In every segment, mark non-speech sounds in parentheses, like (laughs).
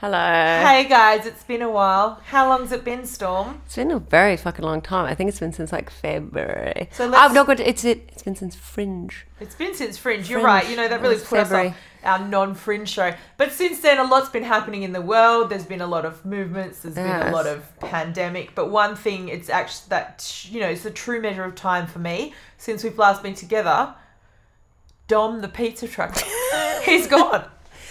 hello. Hey guys, it's been a while. How long's it been, Storm? It's been a very fucking long time. I think it's been since like February. So let's- I've not got. It's it. It's been since Fringe. It's been since Fringe. You're Fringe. right. You know that really It was put us February. off our non-Fringe show. But since then, a lot's been happening in the world. There's been a lot of movements. There's been Yes. a lot of pandemic. But one thing, it's actually that you know, it's the true measure of time for me since we've last been together. Dom, the pizza truck, (laughs) he's gone.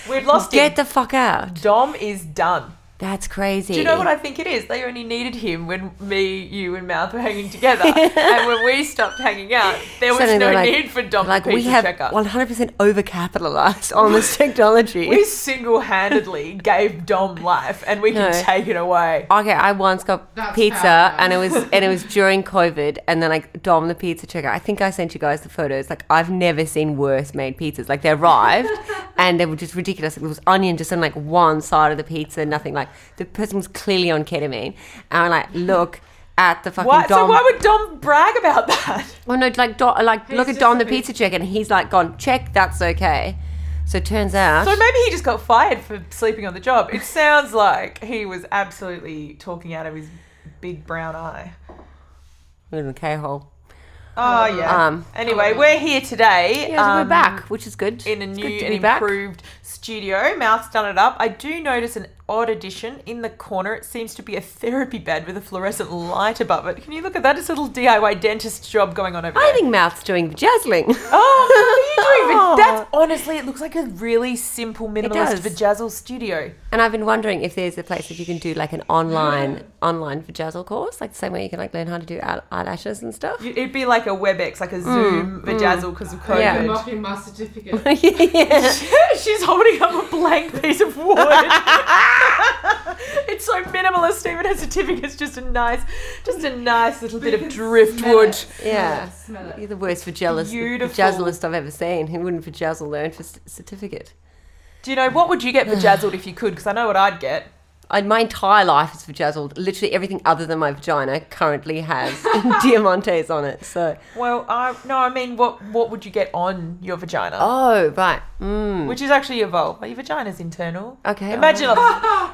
We've lost Get him. the fuck out. Dom is done. That's crazy. Do you know what I think it is? They only needed him when me, you, and Mouth were hanging (laughs) together, and when we stopped hanging out, there was Suddenly no they're like- need for Dom Like pizza we have checker. 100% overcapitalized on (laughs) this technology. (laughs) we single-handedly gave Dom life, and we No. can take it away. Okay, I once got That's pizza, how- and it was and it was during COVID, and then like Dom the pizza checker. I think I sent you guys the photos. Like I've never seen worse made pizzas. Like they arrived, (laughs) and they were just ridiculous. Like, there was onion just on like one side of the pizza, nothing. Like the person was clearly on ketamine, and I like look at the fucking Why, so Dom. why would Dom brag about that? (laughs) oh no, like Dom, like look at just Dom a the pizza- pizza checker, and he's like gone check that's okay. So it turns out. So maybe he just got fired for sleeping on the job. It sounds like he was absolutely talking out of his big brown eye. we're in a K-hole. Oh yeah. Um, anyway, we're here today. Yeah, so um, we're back, which is good. in a It's new good to and be back. improved studio. Mouth's done it up. I do notice an odd addition in the corner. It seems to be a therapy bed with a fluorescent light above it. Can you look at that? It's a little DIY dentist job going on over I there. think Mouth's doing vajazzling. (laughs) oh, what are you doing? But that's honestly, it looks like a really simple minimalist does. vajazzle studio. And I've been wondering if there's a place that you can do like an (gasps) online online vajazzle course, like the same way you can like learn how to do eye- eyelashes and stuff. You- It'd be like a WebEx, like a Zoom vajazzle because of Mm, Yeah. I'm COVID. marking my (laughs) certificate. yeah. (laughs) She's holding up a blank piece of (laughs) wood. it's so minimalist. Even her certificate's just a nice, just a nice little bit of driftwood. (laughs) Yeah. Smell it. You're the worst vajazzlist, Beautiful. vajazzlist I've ever seen. Who wouldn't vajazzle learn for c- certificate? Do you know what would you get (sighs) vajazzled if you could? Because I know what I'd get. I, my entire life is vajazzled. Literally everything other than my vagina (laughs) currently has (laughs) diamantes on it. So, Well, I no, I mean, what what would you get on your vagina? oh right, mm. Which is actually evolved. Well, your vagina's internal. okay. Imagine, if-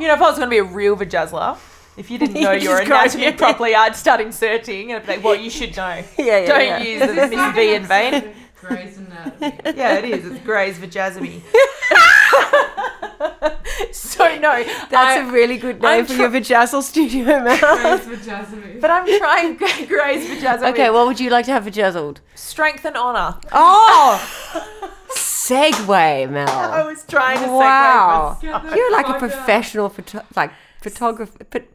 you know, if I was going to be a real vajazzler, if you (laughs) didn't know You your just go, anatomy yeah. properly, I'd start inserting and I'd be like, well, you (laughs) should know. yeah, yeah, Don't yeah. use (laughs) the Miss V in vain. Grey's Anatomy. Yeah, it is. It's Grey's (laughs) Vajazami. so no, That's I- a really good name I'm for tr- your vajazzle studio, (laughs) man. Grey's Vajazzami. but I'm trying Grey- Grey's Vajazami. Okay, what would you like to have vajazzled? strength and honor. Oh, (laughs) segue, Mel. I was trying to Oh. wow, Get the (laughs) you're like a fuck out. professional photo- like photographer, but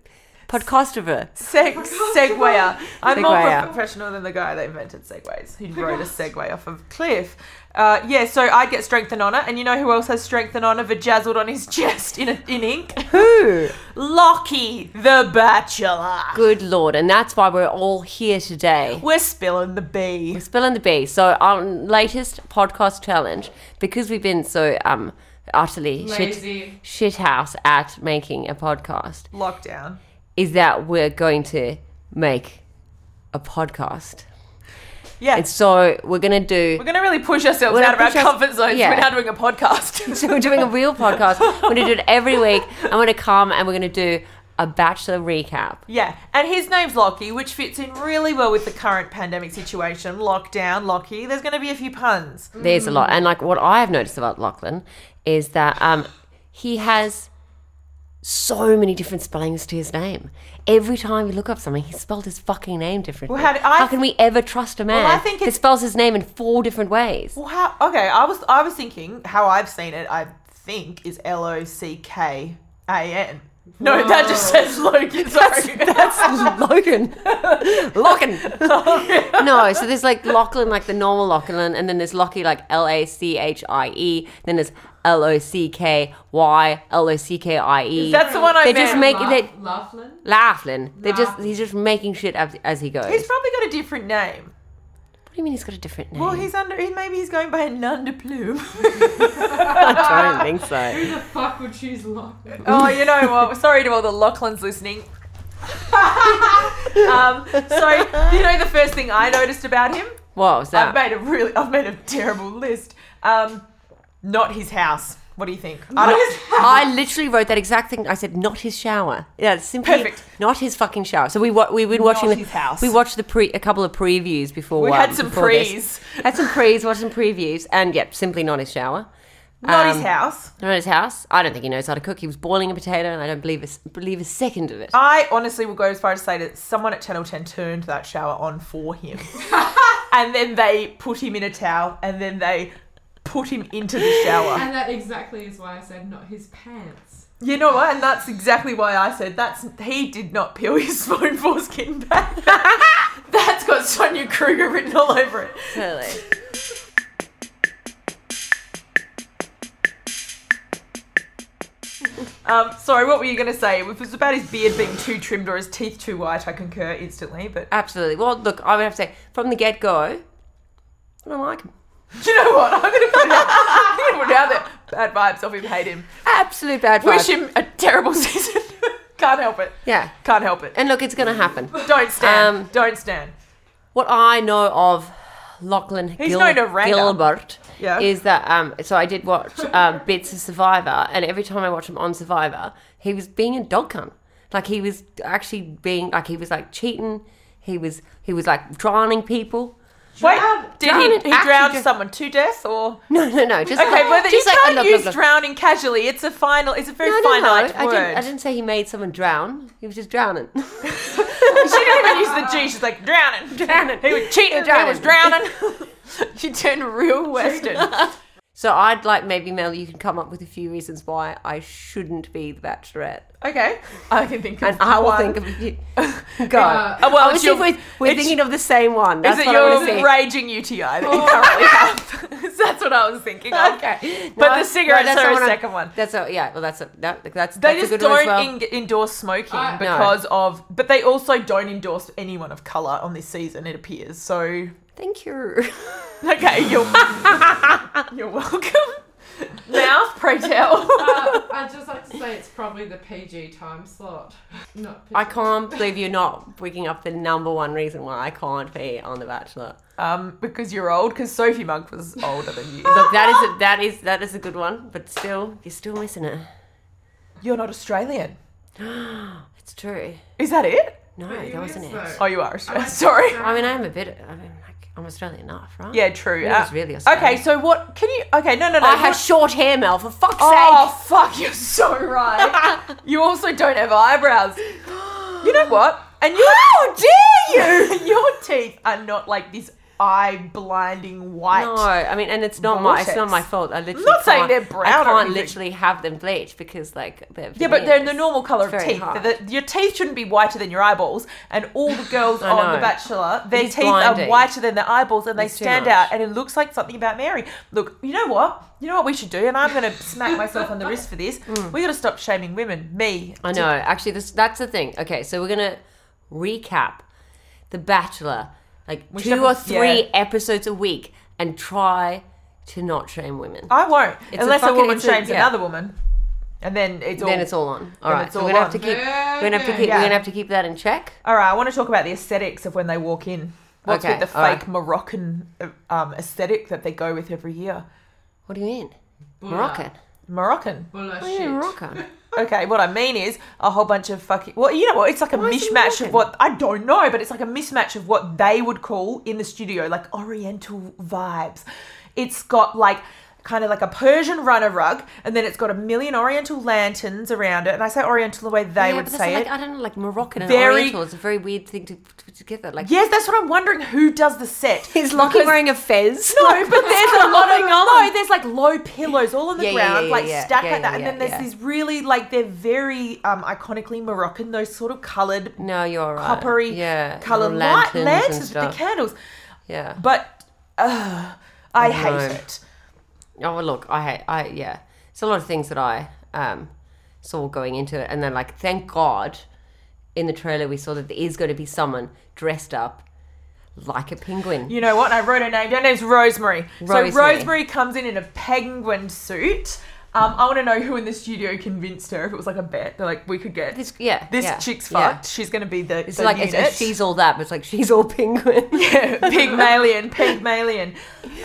podcastover. (laughs) segue. Seg- segwayer. I'm more Segwayer. professional than the guy that invented segways. He rode a segway off of a cliff. Uh, yeah, so I get strength and honor, and you know who else has strength and honor vajazzled on his (laughs) chest in a, in ink? Who? Lockie the Bachelor. Good lord, and that's why we're all here today. We're spilling the bee. We're spilling the bee. So our latest podcast challenge, because we've been so um utterly shit Lazy. shit house at making a podcast, Lockdown. is that we're going to make a podcast. Yeah. And so we're gonna do We're going to really push ourselves We're out gonna of our push our- comfort zones. yeah. We're now doing a podcast. (laughs) (laughs) So we're doing a real podcast. We're gonna do it every week. I'm gonna come and we're gonna do a bachelor recap. (laughs) yeah. And his name's Lockie, which fits in really well with the current pandemic situation. Lockdown, Lockie. There's going to be a few puns. There's a Mm. lot, and like what I have noticed about Lachlan is that um, he has so many different spellings to his name. Every time you look up something, he spelled his fucking name differently. Well, how do- I- can we ever trust a man I think that it's- spells his name in four different ways? Well, how, okay. I was I was thinking how I've seen it, I think, is L O C K A N. No, that just Whoa. says (laughs) Logan. Sorry. (laughs) That's (laughs) Logan. Logan. no, so there's like Lachlan, like the normal Lachlan, and then there's Lockie, like L A C H I E. Then there's L O C K Y L O C K I E. That's the one I They meant. just make it. Laughlin? Laughlin. They just Laugh- he's just making shit up as he goes. He's probably got a different name. what do you mean he's got a different name? Well, (laughs) he's under. He, maybe he's going by Nun de Plume. I don't think so. Who the fuck would choose Laughlin? oh, you know what? Sorry to all the Lachlan's listening. um, so you know the first thing I noticed about him, What was I've that? made a really, I've made a terrible list. Um, not his house. What do you think? I don't- I literally wrote that exact thing. I said, not his shower. Yeah, it's simply Perfect. not his fucking shower. So we wa- we've been watching Not the his house. We watched the pre a couple of previews before. We um, had some before this. prees. Had some prees. Watched some previews, and yep, simply not his shower. Not Um, his house. Not his house. I don't think he knows how to cook. He was boiling a potato, and I don't believe a, s- believe a second of it. I honestly will go as far as to say that someone at Channel 10 turned that shower on for him. and then they put him in a towel and then they put him into the shower. And that exactly is why I said not his pants. You know what? And that's exactly why I said that's he did not peel his (laughs) phone foreskin back. (laughs) that's got Sonia Kruger written all over it. Totally. Um, sorry, what were you going to say? If it was about his beard being too trimmed or his teeth too white, I concur instantly. But (laughs) Absolutely. Well, look, I would have to say from the get go, I don't like him. do you know what? I'm going to put it out, (laughs) I'm gonna put it out there. Bad vibes of him, hate him. Absolute bad Wish vibes. him a terrible (laughs) season. Can't help it. yeah. Can't help it. And look, it's going to happen. Don't stand. Um, Don't stand. What I know of Lachlan He's Gil- known to rag up. Gilbert Yeah. is that um, so I did watch (laughs) um, bits of Survivor, and every time I watch him on Survivor, he was being a dog cunt. Like he was actually being like he was like cheating. He was he was like drowning people. (laughs) Wait, did Drown he, it. he Actually drowned dr- someone to death or? No, no, no. Just Okay, like, well, you just like, oh, can't look, look, use look. drowning casually. It's a final. It's a very No, no, no. I finite didn't, word. (laughs) I didn't say he made someone drown. He was just drowning. she didn't even use the G. She's like drowning, (laughs) drowning. He was cheating. He was drowning. she turned real western. so I'd like maybe Mel, you can come up with a few reasons why I shouldn't be the Bachelorette, okay, I can think of. and I will one. think of (laughs) a few. (laughs) Go. Uh, Oh, well, it's Obviously, your, we're, we're it's- thinking of the same one. That's is it what I want to your see. raging UTI that you currently have? (laughs) that's what I was thinking. Of. Okay, But No, the cigarettes no, that's are not a what I'm- second one. That's a yeah. Well, that's a that, that's They that's a just good don't one as well. en- endorse smoking I- No. because of, but they also don't endorse anyone of color on this season. It appears so. Thank you. (laughs) Okay, you're (laughs) you're welcome. Now, pray (laughs) tell. Uh, I'd just like to say it's probably the PG time slot. Not PG. I can't believe you're not picking up the number one reason why I can't be on The Bachelor. um, because you're old. Because Sophie Monk was older than you. Look, that is a, that is that is a good one, but still, you're still missing it. (gasps) You're not Australian. It's true. Is that it? No, But that you wasn't is, it. though. Oh, you are Australian. (laughs) Sorry. I mean, I am a bit. I mean, like, I'm Australian enough, right? Yeah, true. It was Uh, really Australian. okay, so what? Can you? Okay, no, no, no. I what- have short hair, Mel. For fuck's sake. Oh fuck, you're so (laughs) right. you also don't have eyebrows. You know what? And you How dare you? (laughs) Your teeth are not like this eye blinding white. No, I mean, and it's not my it's not Vortex. my fault. I literally not saying can't- they're brown I or can't anything. literally have them bleached because like they're Yeah, but they're the veneers. normal color It's of very teeth. hard. The- your teeth shouldn't be whiter than your eyeballs. And all the girls (laughs) I on The know. Bachelor, their It is teeth are blinding. whiter than their eyeballs, and they It's too stand much. out. And it looks like something about Mary. Look, you know what? You know what we should do? And I'm (laughs) going to smack myself on the wrist for this. Mm. We got to stop shaming women. Me. I know. Actually, this that's the thing. Okay, so we're gonna recap The Bachelor, like should two or have- three yeah. episodes a week, and try to not shame women. I won't. It's a Unless a, fucking- woman it's a- shames yeah. another woman. And then it's all. then it's all on. All Then right, it's so all we're gonna on. have to keep. Yeah, We're gonna have to yeah, keep. yeah. We're gonna have to keep that in check. All right, I want to talk about the aesthetics of when they walk in. What's Okay, with the fake all right. Moroccan uh, um, aesthetic that they go with every year? What do you mean, Bulla. Moroccan? Moroccan. Bulla What do you mean shit. Moroccan? Okay, what I mean is a whole bunch of fucking. Well, you know what? It's like a Why is it mismatch Moroccan? of what I don't know, but it's like a mismatch of what they would call in the studio like Oriental vibes. It's got like kind of like a Persian runner rug, and then it's got a million Oriental lanterns around it. And I say Oriental the way they yeah, would but that's say like, it. I don't know, like Moroccan and Very- Oriental. It's a very weird thing to put together. (laughs) Like, Yes, that's what I'm wondering. Who does the set? (laughs) is Lockie Because- wearing a fez? No, but (laughs) there's a lot of no. There's like low pillows all on the Yeah, yeah, ground, yeah, like yeah, stacked yeah, like that. yeah, and then there's yeah. these really like they're very um iconically Moroccan, those sort of coloured No, you're right. coppery Uh, yeah, coloured little light and lanterns with the stuff. candles. yeah. But uh, I hate No. it. Oh well, look, I hate. I yeah, it's a lot of things that I um saw going into it, and then like, thank God, in the trailer we saw that there is going to be someone dressed up like a penguin. You know what? I wrote her name. Her name's Rosemary. So Rosemary. Rosemary comes in in a penguin suit. Um, I want to know who in the studio convinced her if it was like a bet. They're like, we could get This yeah, this yeah, chick's yeah. fucked. She's going to be the. It's the like unit. it's, it's she's all that, but it's like she's all (laughs) penguin. (laughs) (laughs) Pygmalion, Pygmalion.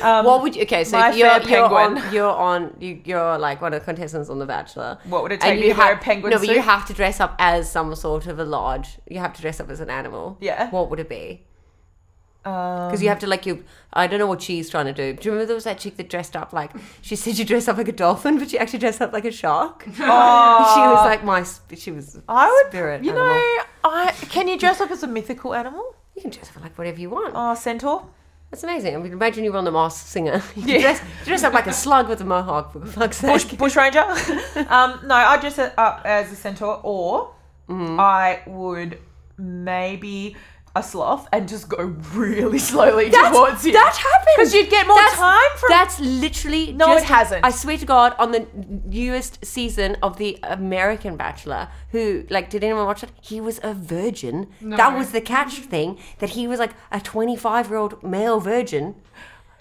Um, What would you? Okay, so My if you're, Fair you're Penguin. on, you're on, you, you're like one of the contestants on The Bachelor. What would it take and you me to wear have- a penguin No, but you suit? have to dress up as some sort of a lodge. You have to dress up as an animal. Yeah. What would it be? Um, Because you have to like you. I don't know what she's trying to do. Do you remember there was that chick that dressed up like she said she dressed up like a dolphin, but she actually dressed up like (laughs) a shark. (laughs) she was like my. sp- She was. Oh. I would. Spirit you animal. know, I can you dress up as a mythical animal? You can dress up like whatever you want. Oh, centaur. That's amazing. I mean, imagine you were on the Masked Singer. (laughs) You could dress, dress up like a slug with a mohawk for fuck's sake. Bush, bush ranger. um, no, I'd dress it up as a centaur, or Mm-hmm. I would maybe a sloth and just go really slowly towards you. That happened. 'Cause you'd get more time from- That's literally No, just- it hasn't. I swear to God, on the newest season of the American Bachelor, who like did anyone watch it? He was a virgin. That was the catch thing that he was like a 25 year old male virgin,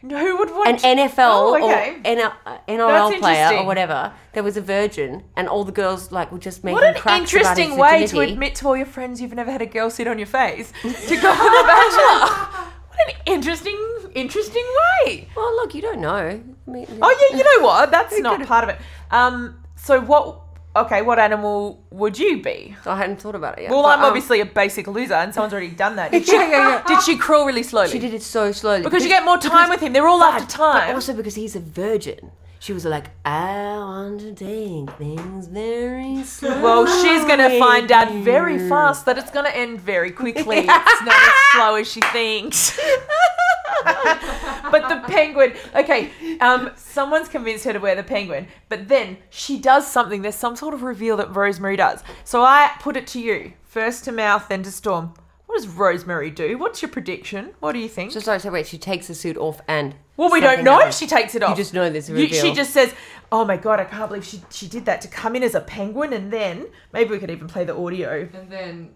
Who would want an NFL Oh, okay. or NL, uh, NRL That's player or interesting. whatever. There was a virgin, and all the girls like were just making What an cracks about his interesting way to virginity. admit to all your friends you've never had a girl sit on your (laughs) face to go on the bachelor. What an interesting, interesting way. Well, look, you don't know. I mean, Oh (laughs) yeah, you know what? That's not part of it. Um, so what? Okay, what animal would you be? I hadn't thought about it yet. Well, but, I'm um, obviously a basic loser, and someone's already done that. Did she, did she crawl really slowly? She did it so slowly because you get more time with him. They're all but, after time. But also because he's a virgin. She was like, I want to take things very slow. (laughs) well, she's gonna find out very fast that it's gonna end very quickly. (laughs) It's not as slow as she thinks. (laughs) but the penguin. Okay, um, someone's convinced her to wear the penguin, but then she does something. There's some sort of reveal that Rosemary does. So I put it to you: first to mouth, then to storm. What does Rosemary do? What's your prediction? What do you think? So sorry, so wait, she takes the suit off and. Well, we don't something know if happens. she takes it off. just know there's a You- She reveal. just says, "Oh my god, I can't believe she she did that to come in as a penguin." And then maybe we could even play the audio. And then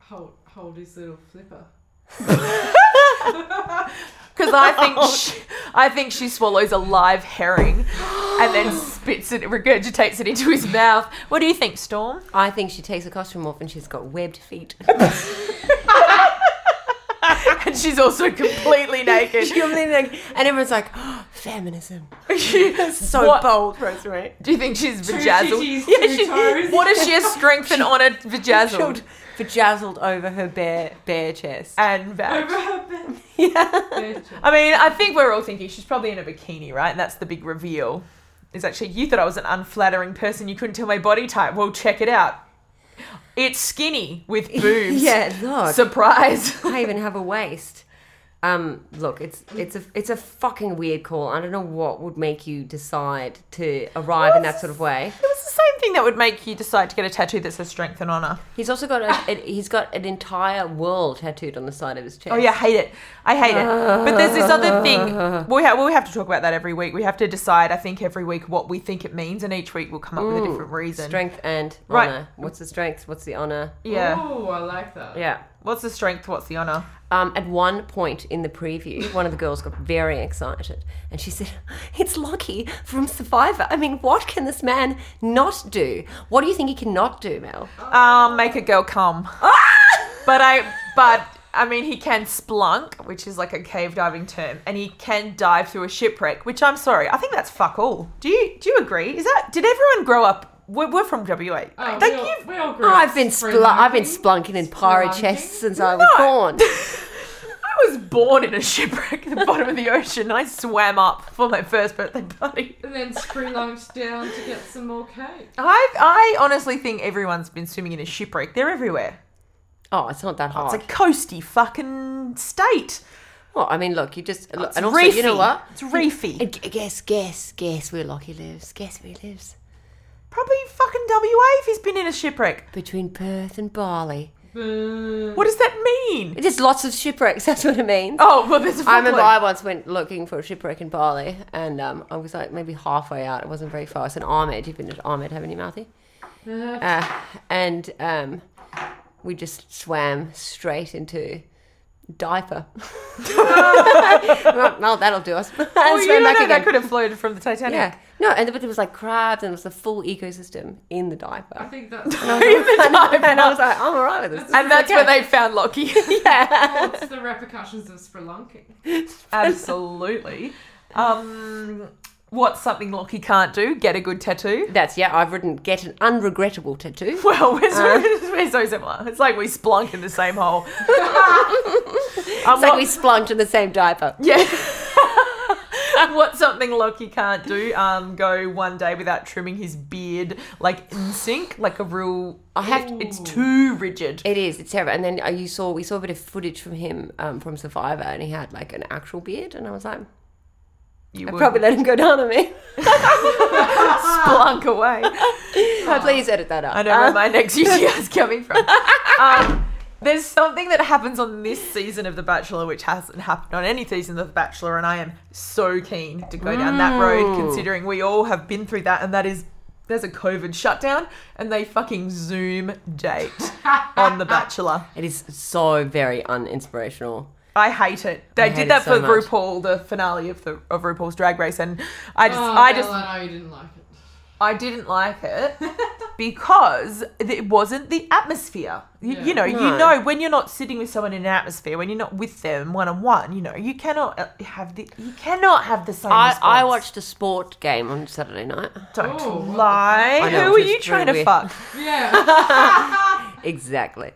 hold hold his little flipper. (laughs) Because I (laughs) think Oh. she, I think she swallows a live herring and then spits it, regurgitates it into his mouth. What do you think, Storm? (laughs) I think she takes the costume off and she's got webbed (laughs) feet. And she's also (laughs) completely naked. You know what I mean? Like, and everyone's like, "Oh, feminism. (laughs) so bold, Rosemary. Do you think she's Two vajazzled? titties, Yeah, two toes. she, what if she has strength (laughs) and honor vajazzled? Bejazzled over her bare, bare chest. And vag. Over her bed. Bedroom. I mean, I think we're all thinking she's probably in a bikini, right? And that's the big reveal. Is actually you thought I was an unflattering person. You couldn't tell my body type. Well, check it out. It's skinny (laughs) with boobs. Yeah, Lord. Surprise. (laughs) (laughs) I even have a waist. Um, look, it's it's a it's a fucking weird call. I don't know what would make you decide to arrive in that sort of way. It was the same thing that would make you decide to get a tattoo that says strength and honor. He's also got (laughs) a, a he's got an entire world tattooed on the side of his chest. Oh yeah, I hate it. I hate it. But there's this other thing. (laughs) We have, we have to talk about that every week. We have to decide, I think, every week what we think it means, and each week we'll come up with a different reason. strength and Right. honor. What's the strength? What's the honor? Yeah. Oh, I like that. Yeah. What's the strength? What's the honor? Um, at one point in (laughs) the preview, one of the girls got very excited and she said, It's Lockie from Survivor. I mean, what can this man not do? What do you think he cannot do, Mel? Um, make a girl come. Ah! but I, but I mean, he can splunk, which is like a cave diving term, and he can dive through a shipwreck. Which I'm sorry, I think that's fuck all. Do you do you agree? Is that did everyone grow up? We're, we're from WA. Oh, Don't we, all, you- we all grew up I've been spring splu- I've been hunting. splunking in pirate (laughs) Spelunking? chests since I was born. I was was born in a shipwreck at the bottom of the ocean. I swam up for my first birthday party. And then screen launched down to get some more cake. I I honestly think everyone's been swimming in a shipwreck. They're everywhere. Oh, it's not that It's hard. a coasty fucking state. well, I mean, look, you just look, It's and also, reefy. you know what? It's reefy. And gu- Guess, guess, guess where Lockie lives. Guess where he lives. Probably fucking WA if he's been in a shipwreck. Between Perth and Bali. Boo. What does that mean? There's lots of shipwrecks. (laughs) That's what it means. Oh, well, there's a I remember Falkland. I once went looking for a shipwreck in Bali, and um, I was like maybe halfway out. It wasn't very far. It's an Ahmed. You've been to Ahmed, haven't you, Marthy? Uh, and um, we just swam straight into diaper. (laughs) (laughs) well, well, that'll do us. (laughs) and Well, Oh, you swam don't back know, again. that could have floated from the Titanic. yeah. No, and but there was like crabs, and it was the full ecosystem in the diaper. I think (laughs) that's and I was like, I'm alright with this. And that's where they found Lockie. that's the repercussions of spelunking. (laughs) Absolutely. Um, what's something Lockie can't do? Get a good tattoo. (laughs) (laughs) That's yeah. I've written get an unregrettable tattoo. Well, we're so, Uh. (laughs) we're so similar. It's like we splunk in the same hole. (laughs) Um, It's like we splunked in the same diaper. (laughs) Yeah. (laughs) What's something Lockie can't do? Um, go one day without trimming his beard, like in sync, like a real. I have to- It's too rigid. It is. It's terrible. And then uh, you saw we saw a bit of footage from him um, from Survivor, and he had like an actual beard, and I was like, You I would probably let him go down on me. (laughs) (laughs) splunk away. Please edit that out. I know where my next UTI is coming from. um, there's something that happens on this season of The Bachelor which hasn't happened on any season of The Bachelor, and I am so keen to go down that road, considering we all have been through that, and that is there's a COVID shutdown, and they fucking Zoom date on The Bachelor. It is so very uninspirational. I hate it. They hate did it that so for much. RuPaul, the finale of the of RuPaul's Drag Race, and I just Oh, I I just I know you didn't like it. I didn't like it because it wasn't the atmosphere. You, you Yeah. know, you No. know when you're not sitting with someone in an atmosphere, when you're not with them one on one, you know, you cannot uh, have the you cannot have the same. I, I response. watched a sport game on Saturday night. Don't Oh, what the- lie. I know, Who are it's you just trying really to fuck? Yeah. (laughs) Exactly.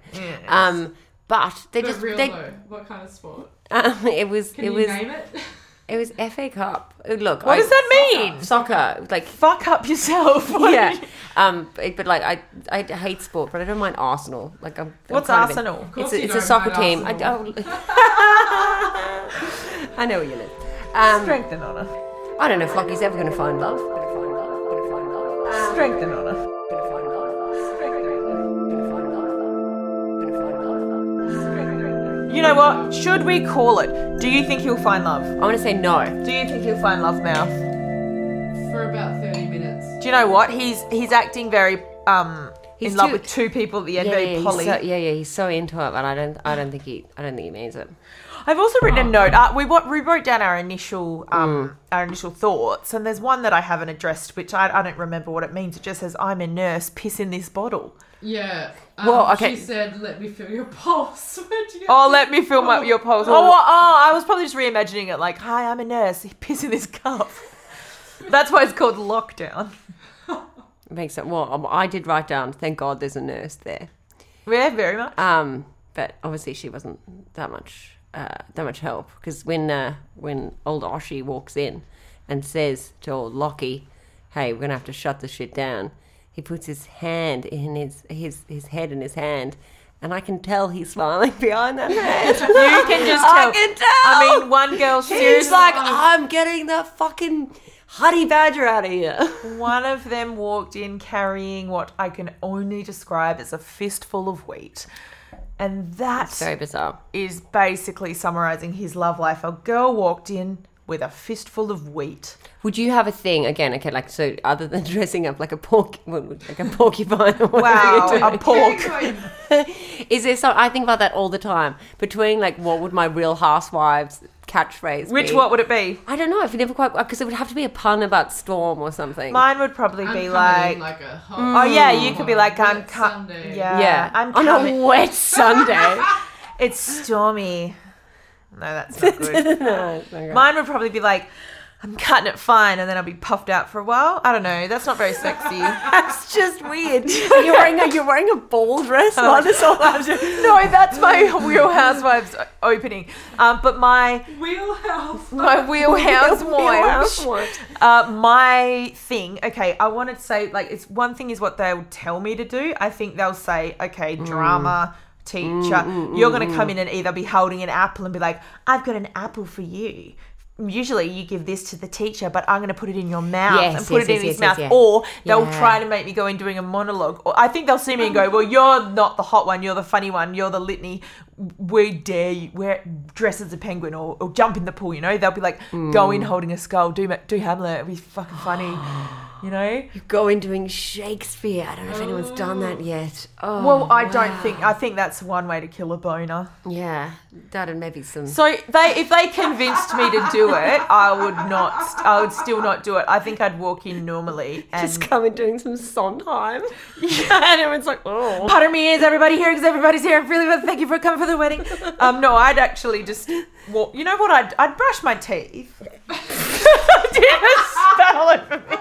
Um, but they but (laughs) just real they, though, what kind of sport? (laughs) um, it was Can it you was name (laughs) it? it was FA Cup. Uh, Look, What does that mean? (laughs) Soccer, like Fuck up yourself. (laughs) What are yeah. you- Um, but, but, like I, I hate sport, but I don't mind Arsenal. Like I'm. I'm What's kind of in- Arsenal? Of It's course a, you it's a don't soccer mind team. I, Arsenal. (laughs) oh, I know where you live. Um, Strength and honor. I don't know if Lockie's ever going to find love. Gonna find love. Gonna find love. Um, Strength and honor. gonna find love. Strength and honor. Gonna find love. Gonna find love. You know what? Should we call it? Do you think he'll find love? I want to say no. Do you think he'll find love, mouth? For about 30 minutes. Do you know what? He's he's acting very um He's in love too- with two people at the end, Yeah, very yeah, he's poly. so, yeah, yeah, he's so into it, but I don't, I don't think he, I don't think he means it. I've also written Oh. a note. Uh, we wa- we wrote down our initial um Mm. our initial thoughts, and there's one that I haven't addressed, which I, I don't remember what it means. It just says, "I'm a nurse, piss in this bottle." Yeah. Um, Well, okay. She said, let me feel your pulse. (laughs) Where'd you get Oh, let me film up your pulse. Oh, well, oh, I was probably just reimagining it. Like, "Hi, I'm a (laughs) nurse, piss in this cup." (laughs) That's why it's called lockdown. It makes it. Well, um, I did write down. Thank God, there's a nurse there. Yeah, very much. Um, but obviously she wasn't that much uh, that much help because when uh, when old Oshi walks in and says to old Lockie, "Hey, we're gonna have to shut this shit down," he puts his hand in his his his head in his hand, and I can tell he's smiling (laughs) behind (laughs) that hand. You can just tell. I can tell. I mean, one girl he's seriously. like, "I'm getting the fucking honey badger out of here." (laughs) One of them walked in carrying what I can only describe as a fistful of wheat. And that Very bizarre. is basically summarizing his love life. A girl walked in with a fistful of wheat. Would you have a thing again? Okay, like so, other than (laughs) dressing up like a porc, like a porcupine. or whatever Wow, you're doing. a pork. is there some I think about that all the time between like what would my Real Housewives catchphrase Which be? what would it be? I don't know. If it never quite because it would have to be a pun about storm or something. Mine would probably I'm be coming like, in like a hot mm. oh yeah, you could be like, wet I'm cut. Sunday. Yeah, um, yeah, uh, Oh, I'm on coming. a (laughs) wet Sunday. It's stormy. No, that's not good. (laughs) No, it's not great. Mine would probably be like, I'm cutting it fine, and then I'll be puffed out for a while. I don't know. That's not very sexy. (laughs) no, That's just weird. (laughs) You're wearing a you're wearing a ball dress. Oh. Not this all (laughs) that's my Real Housewives opening. Um, but my (laughs) Wheelhouse. my Real Housewives. (laughs) Uh, my thing, okay, I wanted to say, like, it's one thing is what they'll tell me to do. I think they'll say, okay, Mm. drama, teacher, you're going to come in and either be holding an apple and be like, I've got an apple for you. Usually you give this to the teacher, but I'm going to put it in your mouth Yes, and put yes, it in yes, his yes, mouth. yes, yeah. Or they'll Yeah. try to make me go in doing a monologue. Or I think they'll see me and go, well, you're not the hot one. You're the funny one. You're the litany. We dare you. Wear, dress as a penguin or, or jump in the pool, you know? They'll be like, go Mm. in holding a skull. Do, ma- do Hamlet. It'll be fucking (gasps) funny, you know? Going doing Shakespeare. I don't know if anyone's done that yet. Oh, Well, I don't think I think that's one way to kill a boner. yeah, that and maybe some. So they, if they convinced me to do it, I would not. st- I would still not do it. I think I'd walk in normally and just coming doing some (laughs) (laughs) Sondheim. and everyone's like, oh. Pardon me, is everybody here? Because everybody's here. Really, well, thank you for coming for the wedding. Um, no, I'd actually just walk. You know what? I'd, I'd brush my teeth. (laughs) Did a spell over me.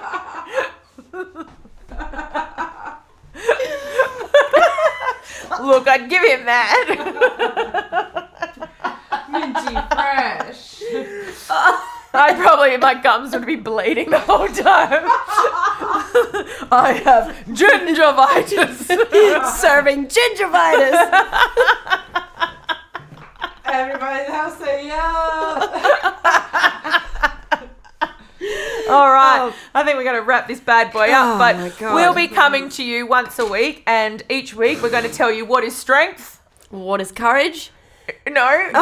Look, I'd give him that. Minty fresh. I probably my gums would be bleeding the whole time. (laughs) I have gingivitis. Serving gingivitis. Everybody else say yeah. All right. I think we're going to wrap this bad boy up. Oh but my God. we'll be coming to you once a week, and each week we're going to tell you what is strength. what (laughs) is courage? No. Character?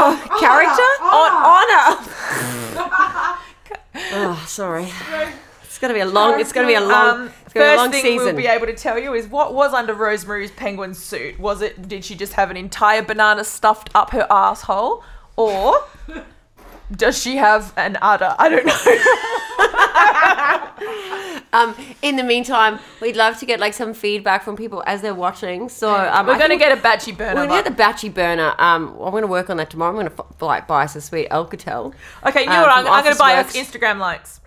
oh, On honor. Oh, sorry. It's gonna be a long. It's gonna be a long. Um, it's gonna be a first long thing season. we'll be able to tell you is what was under Rosemary's penguin suit. Was it? Did she just have an entire banana stuffed up her asshole, (laughs) or does she have an udder? I don't know. Um, in the meantime, we'd love to get like some feedback from people as they're watching. So um, we're I going to think get a batchy burner. We're gonna but- get the batchy burner. Um, I'm gonna work on that tomorrow. I'm gonna f- like buy some sweet Alcatel. okay, you uh, know what? I'm, from I'm going to buy us Officeworks. Instagram likes.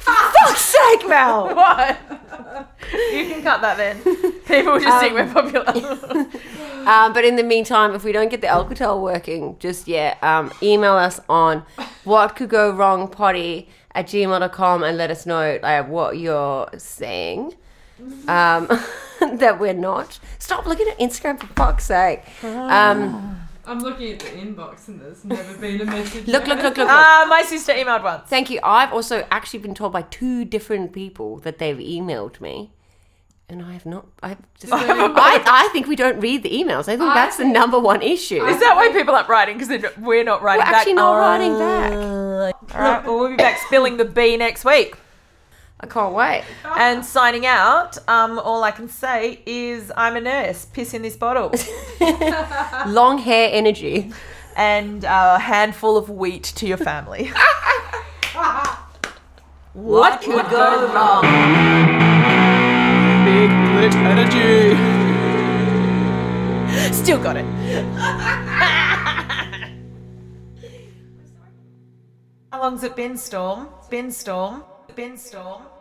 Fuck's sake, Mel! What? you can cut that then. People will just think we're (laughs) popular. Um, but in the meantime, if we don't get the Alcatel working just yet, um, email us on what could go wrong potty at gmail.com and let us know like, what you're saying. Um, (laughs) that we're not. Stop looking at Instagram for fuck's sake. Um, I'm looking at the inbox and there's never been a message. look, look, yet. look, look, look. Uh, my sister emailed once. Thank you. I've also actually been told by two different people that they've emailed me. And I have not. I've just, I, I think we don't read the emails. I think I that's the think- number one issue. Is that why people aren't writing? Because we're not writing We're back. actually not Oh. writing back. All right, well, we'll be back spilling the B next week. I can't wait. And signing out, um, all I can say is I'm a nurse. Piss in this bottle. Long hair energy. and uh, a handful of wheat to your family. (laughs) What could go wrong? Big lit energy. Still got (laughs) it. How long's it been, Storm? Been, Storm? Been, Storm?